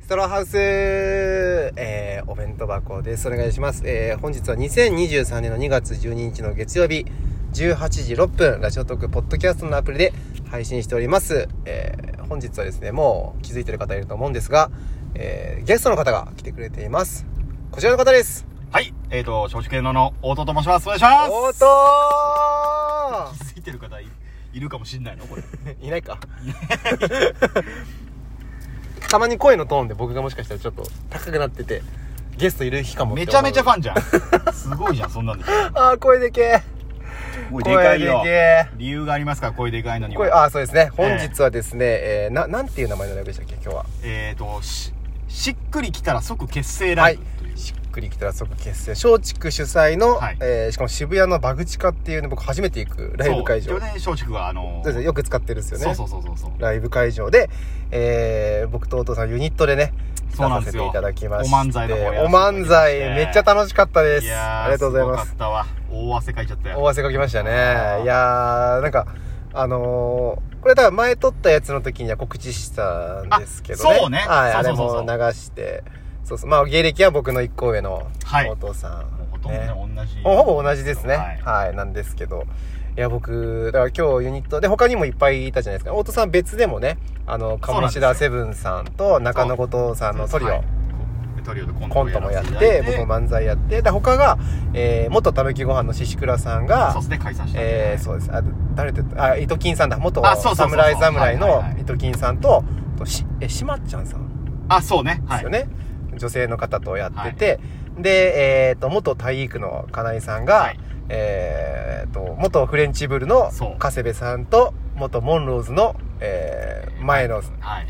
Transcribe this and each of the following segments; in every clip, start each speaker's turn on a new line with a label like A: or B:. A: ストローハウス、えー、お弁当箱です。お願いします。えー、本日は2023年の2月12日の月曜日、18時6分、ラジオトークポッドキャストのアプリで配信しております。えー、本日はですね、もう気づいてる方いると思うんですが、えー、ゲストの方が来てくれています。こちらの方です。
B: はい、えっ、ー、と、松竹芸能の大戸と申します。お願いします
A: おーと
B: 気づいてる方いいるかもしんないのこれ。
A: ー いないか。たまに声のトーンで僕がもしかしたらちょっと高くなってて、ゲストいる日かもって
B: め
A: 思
B: ちゃめちゃファ
A: ン。
B: ン じゃん。すごいじゃん、そんなんで。
A: あー、声でけえ。
B: 声で
A: 声
B: かいよ。
A: で
B: 理由がありますから、声でかいの
A: け
B: に
A: え。声、
B: は。
A: あー、そうですね。本日はですね、えー、な、なんていう名前のライブでしたっけ、今日は。
B: えっ、ー、と、し、しっくりきたら即結成
A: は
B: ライ
A: い
B: ブという。。
A: しっくりきたら即結成。松竹主催の、
B: はい
A: えーしかも渋谷のバグチカっていうね、僕初めて行くライブ会場。
B: そう
A: そう
B: 去年松竹があの
A: ですねよく使ってるんですよね。
B: そうそうそうそうそう。
A: ライブ会場で、えー、僕とお父さんユニットでね、出
B: そうな
A: さ
B: んで
A: せ
B: す
A: て
B: よ
A: いただきまして。
B: お漫才の方やらせて
A: お
B: いただきまして
A: 漫才、めっちゃ楽しかったです。ありがとうございます
B: すご。かったわ。大汗かいちゃったよ。
A: 大汗かきましたね
B: あー
A: いやーなんかあのー、これだから前撮ったやつの時には告知したんですけどね
B: あそうね
A: はいあ
B: そ
A: れ
B: うそうそうそ
A: も
B: う
A: 流してそうそうまあ芸歴は僕の一個上の
B: はい
A: お父さん、
B: もうほとんどね、同じ。
A: ほぼ同じですね
B: は
A: はい
B: い、
A: なんですけどいや僕だから今日ユニットで他にもいっぱいいたじゃないですか太田さん別でもねあの
B: そうな
A: 鴨
B: んです
A: 志
B: よ
A: 田セブンさんと中野後藤さんのトリオ、
B: はいトリオでコント
A: コ
B: を
A: ントもやっ
B: らせていただ
A: て
B: い
A: 僕も漫才やってで他が、えー、元たぬきご飯のししくらさんが
B: そうですね、解散したんで。
A: えー、そうです。あ、誰だったあ、糸金さんだ。元
B: あそうそうそうそう
A: 侍侍
B: はい
A: の
B: はいはい
A: 糸金さんと、とし、え、しまっちゃんさんで
B: あ、そうね。は
A: す
B: い
A: よ。ね。女性の方とやってて、で、えっ、と、元体育の金井さんが、
B: はい
A: えっ、と、元フレンチブルの
B: そう
A: 加瀬部さんと、元モンローズの、えー、前の、
B: はい。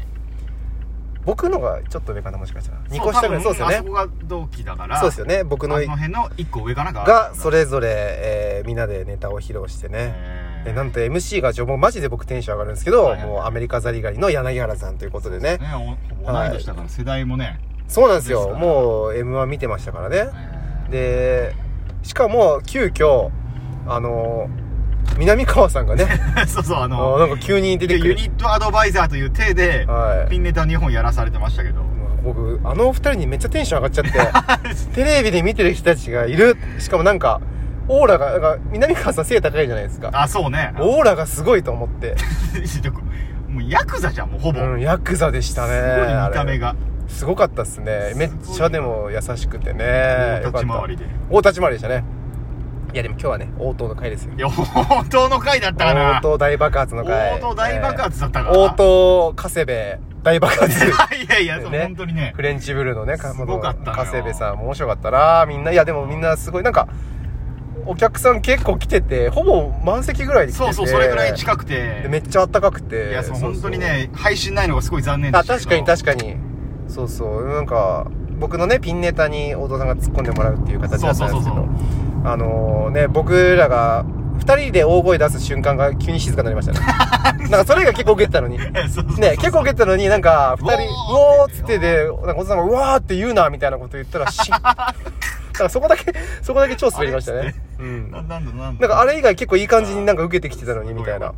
A: 僕のがちょっと上かな、もしかしたら。2
B: そう
A: 個下ぐらい。そう
B: 多
A: です
B: 分
A: よ
B: あそ
A: ね。
B: こが同期だから。
A: そうですよね。僕
B: あ
A: の
B: の辺の一個上かな
A: が、そ
B: れ。
A: れぞれ、えーみんなでネタを披露してね。
B: え
A: え
B: ー
A: なんと MC がもうマジで僕テンション上がるんですけど、
B: はいはい
A: もうアメリカザリガニの柳原さんということでね
B: ね、おほぼ同い年だから世代もね。
A: そうなんですよ
B: ですから
A: もう m 1見てましたからね
B: えー
A: でしかも急遽あの南川さんがね
B: そうそう、 あ
A: あの
B: の、
A: なんか急に出てく
B: ユ
A: る
B: ニットアドバイザーという体で、
A: はい
B: ピンネタ2本やらされてましたけど。
A: もう僕あの二人にめっちゃテンション上がっちゃって テレビで見てる人たちがいるしかもなんかオーラがなんか南川さん背高いじゃないですか
B: あ、そうね。
A: オーラがすごいと思って、
B: もうヤクザじゃん、もうほぼ。
A: うん、ヤクザでしたね
B: すごい見た
A: あれ
B: 目が。
A: すごかったっすね
B: すご
A: め
B: い
A: っちゃでも優しくてね
B: 大立ち回りで
A: よかった大立ち回りでしたねいやでも今日はね応答の回ですよ
B: いや、本当の回だったか
A: 応
B: な。
A: 答大爆発の回
B: 応答大爆発だったか
A: え
B: な
A: ー応答加瀬部大爆発
B: いやいや、そう
A: ね
B: 本当にね
A: フ。レンチブルーのね
B: すごかったのよ
A: 加瀬部さんも面白かったなみんないやでもみんなすごいなんかお客さん結構来ててほぼ満席ぐらいで来て
B: そ
A: て
B: うそう、それぐらい近く
A: で
B: て。
A: めっちゃあったかくて
B: いや、そう、
A: そう
B: 本当にね、配信ないのがすごい残念で
A: あ
B: した
A: 確かに確か
B: か
A: にそうそうなんか僕のねピンネタに大戸さんが突っ込んでもらうっていう形だったんですけ
B: そうそうそ
A: ど
B: う
A: あのね僕らが2人で大声出す瞬間が急に静かになりましたねな んかそれが結構受けてたのにね
B: に。そうそうそう
A: 結構受けてたのになんか2人
B: う
A: うお
B: おー
A: ーっつってでなんか大戸さんがうわーって言うなみたいなこと言ったら しだからそこだけそこだけ超滑りました
B: あれっ
A: ね
B: つっ
A: うん
B: ななんだなん
A: な
B: だ
A: んかあれ以外結構いい感じになんか受けてきてたのにみたいな
B: すごよ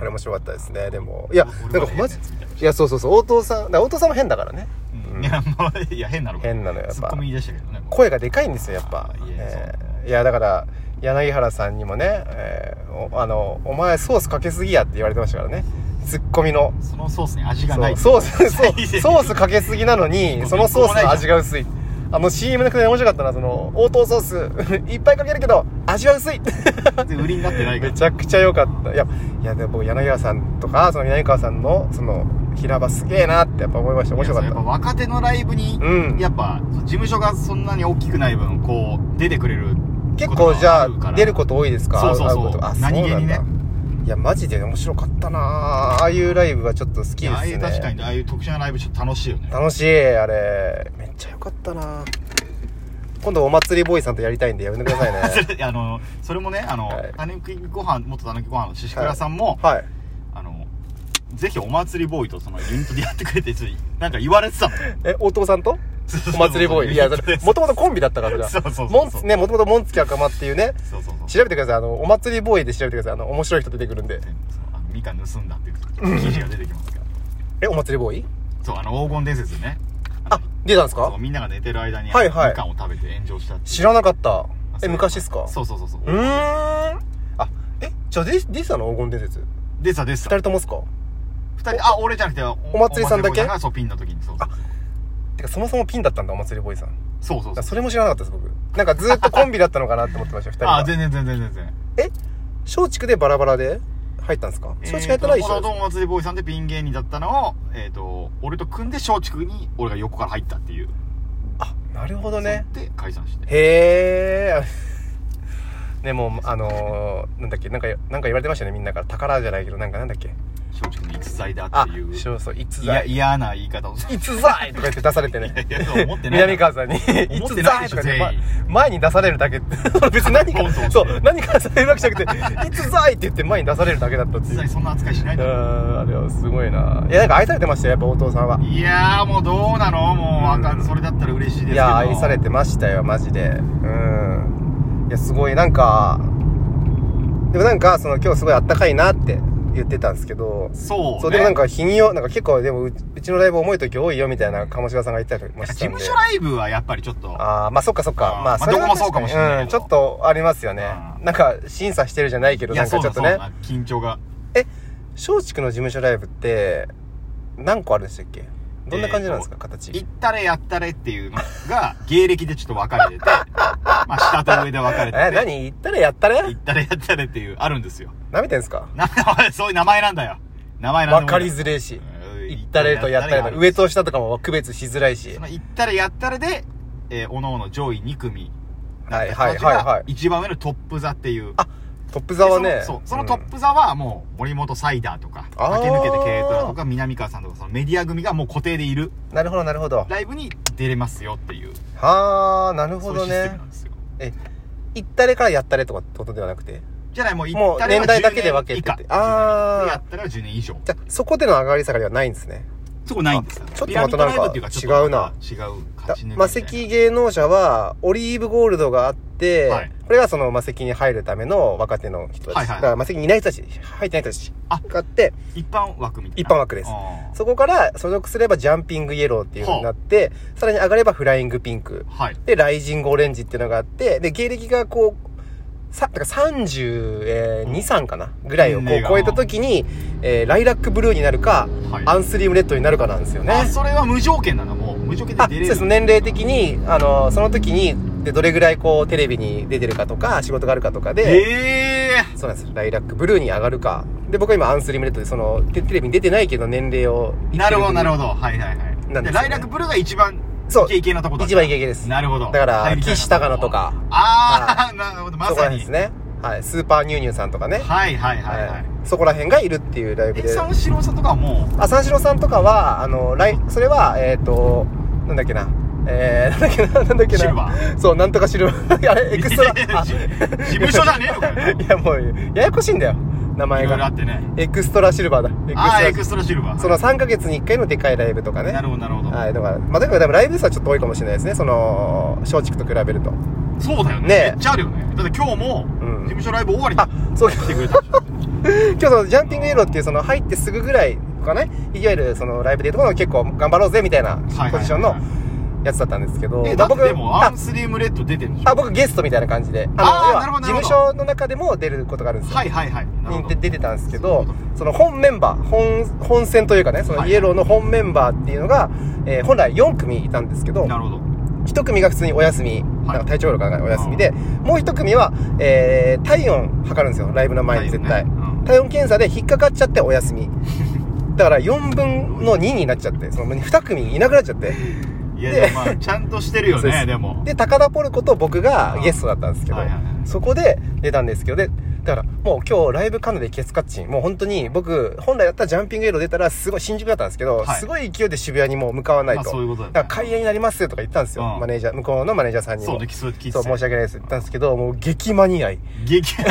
A: あれ面白かったですねでもいや
B: 俺
A: なん
B: は
A: か
B: 変
A: マ
B: なや
A: ジ
B: つみたいない
A: やそうそうそう大藤さんだから大藤さんも変だからね
B: うんいやまあいや変なのか
A: 変なのよやっぱ
B: ツッコミでしたけどね僕
A: 声がでかいんですよやっぱ
B: あーいや
A: えーいやだから柳原さんにもね、えーおあの「お前ソースかけすぎや」って言われてましたからねツッコミの
B: そのソースに味
A: そ
B: がないう
A: ソース そうソー
B: ス
A: スかけすぎなのにそのソースの味が薄いあの CM のくだり面白かったなその応答ソース いっぱいかけるけど味は薄い
B: 売りになってないか
A: め
B: ら
A: ちゃくちゃ良かったいやいやでも僕柳原さんとかその南川さんのその平場すげえなってやっぱ思いました面白か
B: い
A: っ
B: や
A: た
B: そうやっぱ若手のライブに
A: うん
B: やっぱそう事務所がそんなに大きくない分こう出てくれる
A: 結構じゃあ
B: ことがるから
A: 出ること多いですか
B: そうそうそう
A: 会ことあ
B: 何気にね
A: そうなんだいやマジで面白かったなあああいうライブはちょっと好き
B: い
A: で
B: やああ
A: す
B: い
A: ね
B: う確かにああいう特殊なライブちょっと楽しいよね
A: 楽しいあれめっちゃ良かったな今度お祭りボーイさんとやりたいんでやめてください ね
B: それあのそれもねあの
A: はい
B: たぬきご飯元たぬきご飯の宍倉さんも
A: はい
B: あのぜひお祭りボーイとそのユニットでやってくれってちょっとなんか言われてたの
A: えお父さんとお祭りボーイいやそれもと
B: 元
A: もとコンビだったから そ
B: そ
A: うれ
B: そうそう
A: もんねもともとモンツキ赤間っていうね
B: そうそうそう
A: 調べてくださいあのお祭りボーイで調べてくださいあの面白い人出てくるんで
B: あのみかん盗んだっていう記事が出てきますから
A: えお祭りボーイ
B: そうあの黄金伝説ね
A: 出たんです
B: そう
A: か
B: みんなが寝てる間にみ
A: はいはい
B: かんを食べて炎上したっていう
A: 知らなかった
B: あそ
A: え
B: う
A: 昔っすか
B: そうそうそうそう
A: うーんあえじゃあディディサの黄金伝説
B: でさで
A: 二
B: さ
A: 人ともっすか
B: 二人あ俺じゃなくてお
A: お祭りさんだけ
B: お祭りがそうピンの時にそうそう
A: てかそもそもピンだったんだお祭りボーイさんだか
B: そうそうそ
A: ら
B: う
A: それも知らなかったです僕なんかずっとコンビだったのかなって思ってました二人
B: あ
A: が
B: 全然全然全然
A: 松竹でバラバラで入ったんですか松竹入ったら一緒
B: お
A: です
B: 祭りボーイさんでピン芸人だったのをえっ、と俺と組んで松竹に俺が横から入ったっていう
A: あなるほどね
B: で解散して
A: へえ ねもうあのー、なんだっけなんかなんか言われてましたねみんなから宝じゃないけどなんかなんだっけ
B: 松竹に逸材だ
A: あ
B: っていう
A: そうそう逸
B: いや
A: 材
B: 嫌な言い方をする
A: 逸材とか言って出されてね
B: いやいや思ってない
A: 南川さんに「
B: 思
A: い
B: っ
A: つ
B: てな
A: ざい」
B: いでし
A: と
B: ょ
A: かで、ま
B: 全員
A: 前に出されるだけって 別に何
B: ポンと押して
A: かそう何かされるわけじゃなくて「いつざい」って言って前に出されるだけだったって
B: 逸
A: いう
B: 材そんな扱いしないうだろ
A: んあれはすごいないやなんか愛されてましたよやっぱお父さんはい
B: やーもうどうなのもうあかんそれだったら嬉しいですけど
A: いや愛されてましたよマジでうんいやすごいなんかでもなんかその今日すごいあったかいなって言ってたんですけど
B: そう、ね、
A: そうでもなんか日によなんか結構でもううちのライブ重い時多いよみたいな鴨志田さんが言ってたりも
B: 事
A: したんで
B: 務所ライブはやっぱりちょっと
A: ああまあそっかそっか
B: あー
A: ま
B: まあ
A: あれは
B: どこもそうかもしれな
A: う
B: い
A: ん
B: け
A: ち
B: ど
A: ょっとありますよね
B: うん
A: なんか審査してるじゃないけど
B: い
A: な
B: や
A: んか
B: そう
A: ちょ
B: だ
A: っと
B: そうだ
A: ね
B: な緊張が
A: 松竹の事務所ライブって何個あるんでしたっけどんな感じなんですか形
B: 行ったれやったれっていうのが芸歴でちょっと分か れててまあ下と上で分かれてて
A: え何言ったらやったら
B: 行ったれやったれっていうあるんですよ
A: なめてんすか
B: なんかおいそういう名前なんだよ名前なん
A: わ
B: でも
A: かり
B: いい
A: づれえし
B: うん
A: 行ったれとやったれ
B: 行ったれやったれ
A: の上と下とかも区別しづらいし
B: その行ったれやったれで、えー、おのおの上位2組
A: は
B: だっ
A: い
B: た
A: はい
B: 人たち
A: はいは
B: が
A: い
B: 一番上のトップ座っていう
A: あトップ座はね
B: でそのそうそのトップ座はもう森本サイダーとか
A: あー
B: 駆け抜けて軽トラとか南川さんとかそのメディア組がもう固定でいる
A: うんなるほどなるほど
B: ライブに出れますよっていう
A: はあなる
B: そ
A: ほ
B: ういう
A: ど
B: システム
A: ね
B: なんですよ
A: 行ったれからやったれとかってことではなくて
B: じゃないもう行
A: も
B: っ
A: う
B: たれ
A: 年
B: は
A: 代だ
B: 10
A: けで分
B: 年
A: け
B: 以
A: て
B: 下
A: て
B: でや
A: ああ
B: ったら10年以上
A: じゃあそこでの上がり下がりはないんですね
B: そこないんですよ
A: あちょっと
B: ピラミッド
A: またなんか
B: ライブっていちょっと
A: 違うな
B: 違う
A: だ
B: 勝ち抜きみたいな
A: 魔石芸能者はオリーブゴールドがあって、
B: はい
A: これがその魔石に入るための若手の人たち、
B: はいはい
A: だから魔石にいない人たち入ってない人たち
B: あ
A: があって
B: 一般枠みたいな
A: 一般枠です
B: あー
A: そこから所属すればジャンピングイエローっていう風になって、さらに上がればフライングピンク
B: はい
A: でライジングオレンジっていうのがあってで芸歴がこうさだから323かなぐらいをこう
B: 年齢が
A: 超えた時に、えーライラックブルーになるか
B: はい
A: アンスリームレッドになるかなんですよね
B: あそれは無条件なのもう無条件で
A: あ
B: 出
A: そう
B: れる
A: です年齢的にあのその時にでどれぐらいこうテレビに出てるかとか仕事があるかとかで、
B: ええ
A: そうなんですライラックブルーに上がるかで僕は今アンスリムレッドでそのテテレビに出てないけど年齢を
B: ー、なるほどなる
A: ほ
B: ほどはいはいは
A: なん
B: い
A: ですよね
B: でライラックブルーが一番
A: そう
B: イケイケなとこだ
A: 一番イケイケです
B: なるほど
A: だから
B: 入りたいな
A: 岸高野とか
B: ああなるほどま
A: そこ
B: さ
A: ら辺
B: に
A: ですね、はい、スーパーニューニューさんとかね、
B: はいはいはいはい、
A: そこら辺がいるっていうライブ
B: え
A: で
B: 三四郎さんとかはもう
A: あ三四郎さんとかはあのライそれはえっ、となんだっけなえー、なんだっけな なんだっけな
B: シルバー
A: そうなんとかシルバー あれエクスト ラあ
B: 事務所じゃねえのか よ
A: いやもうややこしいんだよ名前
B: いろいろあ
A: が
B: ってね
A: エクストラシルバーだ
B: ああー
A: エ
B: エ
A: ク
B: ク
A: ス
B: ストラシルバ
A: ト
B: ー
A: ラその3ヶ月に1回のでかいライブとかね
B: なるほどなるほど、
A: はいだからまあだからでもライブ数はちょっと多いかもしれないですねその松竹と比べると
B: そうだよね
A: ねえ
B: めっちゃあるよねだって今日も
A: うん
B: 事務所ライブ終わり
A: あ
B: に
A: そう
B: 来てくれたでしょ
A: 今日そのジャンピングイエローっていうその入ってすぐぐらいかねいわゆるそのライブでいうところの結構頑張ろうぜみたいなポジションのやつだったんですけど、
B: えだってでもア
A: あ
B: ンスリームレッド出てるんでしょ
A: あ僕ゲストみたいな感じであの
B: あー
A: 要
B: なる
A: は
B: ほ
A: 事
B: どなる
A: 務
B: ほど
A: 所の中でも出ることがあるんですよ
B: はいはいはいなるほ
A: に
B: ど
A: 出出てたんですけ
B: そうい
A: ど
B: うこと
A: その本メンバー本本戦というかねその
B: はい
A: イエローの本メンバーっていうのが、えー本来4組いたんですけど
B: なるほど
A: 1組が普通にお休み、なんか体調不良かなんかお休みでもう1組は、えー体温測るんですよライブの前に絶対、
B: だよねうん
A: 体温検査で引っかかっちゃってお休みだから4分の2になっちゃってその2組いなくなっちゃって
B: いやでもまあちゃんとしてるよ
A: そうで
B: ね
A: す
B: でも
A: で高田ポルコと僕がゲストだったんですけど、
B: はいはいはい
A: そこで出たんですけどでだからもう今日ライブカナでケツカッチンもう本当に僕本来だったらジャンピングエロー出たらすごい新宿だったんですけど、
B: はい
A: すごい勢いで渋谷にもう向かわない
B: まあ
A: と、
B: そういうことだよね
A: だから開演になりますとか言ったんですよ、
B: うん
A: マネージャー向こうのマネージャーさんにも
B: そうね聞いて
A: そう申し訳ないですって言ったんですけどもう激マニアい
B: 激全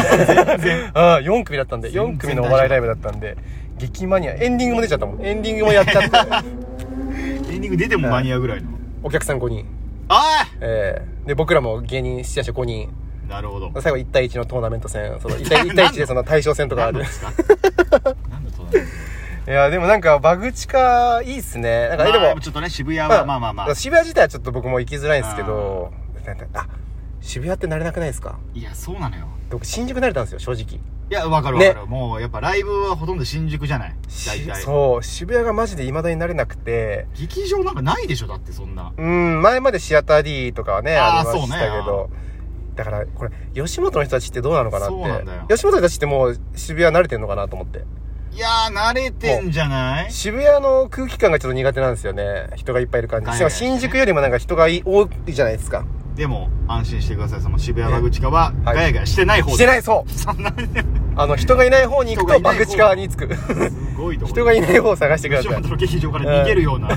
B: 然
A: ああ4組だったんで
B: 全然
A: 4組のお笑いライブだったんで激マニアエンディングも出ちゃったもんエンディングもやっちゃって
B: エンディング出ても間に合うぐらいの
A: お客さん5人
B: あ
A: ええで僕らも芸人出演者5人
B: あなるほど
A: 最後1対1のトーナメント戦その1対 1, 対1でその対象戦とかあ
B: 何の
A: る
B: ですか何のトーナメント
A: いや、でもなんか、バグチカ、いいっすね。なんか、えで
B: まあ
A: も、
B: ちょっとね、渋谷は、まあまあまあ。
A: 渋谷自体はちょっと僕も行きづらいんですけど、なんかあ、渋谷って慣れなくないですか
B: いや、そうなのよ。
A: 僕、新宿慣れたんですよ、正直。
B: いや、わかるわ
A: ね
B: かる。もう、やっぱライブはほとんど新宿じゃない大
A: し
B: 体。
A: そう、渋谷がマジで未だに慣れなくて、
B: 劇場なんかないでしょだってそんな。
A: うん、前までシアター D とかはね、あ
B: あー
A: りましたけ
B: そう
A: ど、だから、これ、吉本の人たちってどうなのかなって。
B: そうなんだよ
A: 吉本の人たちってもう、渋谷慣れてんのかなと思って。
B: いやー、慣れてんじゃない
A: 渋谷の空気感がちょっと苦手なんですよね。人がいっぱいいる感じ。
B: はい
A: しかも新宿よりもなんか人がい多いじゃないですか。
B: でも、安心してください。その渋谷バグチカは、
A: はい
B: ガヤガヤしてない方
A: して
B: で
A: ない、そう。
B: す。そんなね、
A: あの、人がいない方に行くと
B: 人が
A: バ
B: いない方
A: グチカに着 く。
B: すごいとこ
A: 人がいない方を探してくだ
B: 吉
A: さ
B: 本
A: い。
B: の劇場 から逃げるような。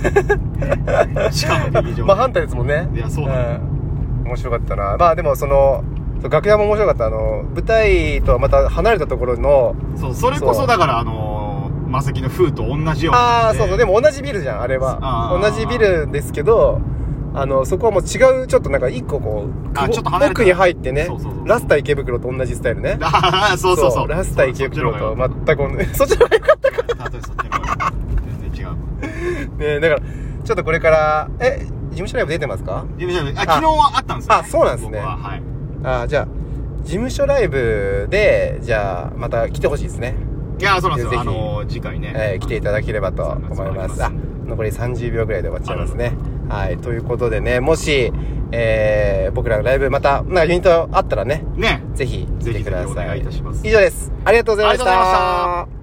B: しかも劇場。
A: まあ反対ですもんね。
B: いやそうなんだよ
A: うん面白かったな。まあでもその、そう楽屋も面白かった。あの、舞台とはまた離れたところの、
B: そう、それこ
A: そう
B: そだから、あのー、マセキの風と同じような。
A: ああ、そうそう、で
B: も。
A: も同じビルじゃん、あれは
B: あ。ー
A: 同じビルですけど、あの、そこはもう違う、ちょっとなんか一個こう、
B: あ
A: くぼ
B: ちょっと離れた
A: 奥に入ってね
B: そうそうそうそ、う
A: ラスタ池袋と同じスタイルね。
B: ああ、そうそうそう。
A: ラスタ池袋と全く同じ。 そっちの方がよかっ
B: あとでそっちの方が全然違う。
A: たね。だから、ちょっとこれから、え、事務所ライブ出てますか
B: 事務所であ、昨日はあったんですよ、
A: あそうなんですね
B: 僕は、はい。
A: ああ、じゃあ、事務所ライブで、じゃあ、また来てほしいですね。
B: いや、そうなんです
A: ぜひ
B: よ。あのー、次回ね。
A: えー来ていただければと思います。あ、残り30秒ぐらいで終わっちゃいますね。はい。ということでね、もし、えー、僕らのライブまた、なんかユニットあったらね、
B: ね。
A: ぜひ来てください。
B: ぜひぜひお願いいたします
A: 以上です。ありがとうございました。
B: ありがとうございました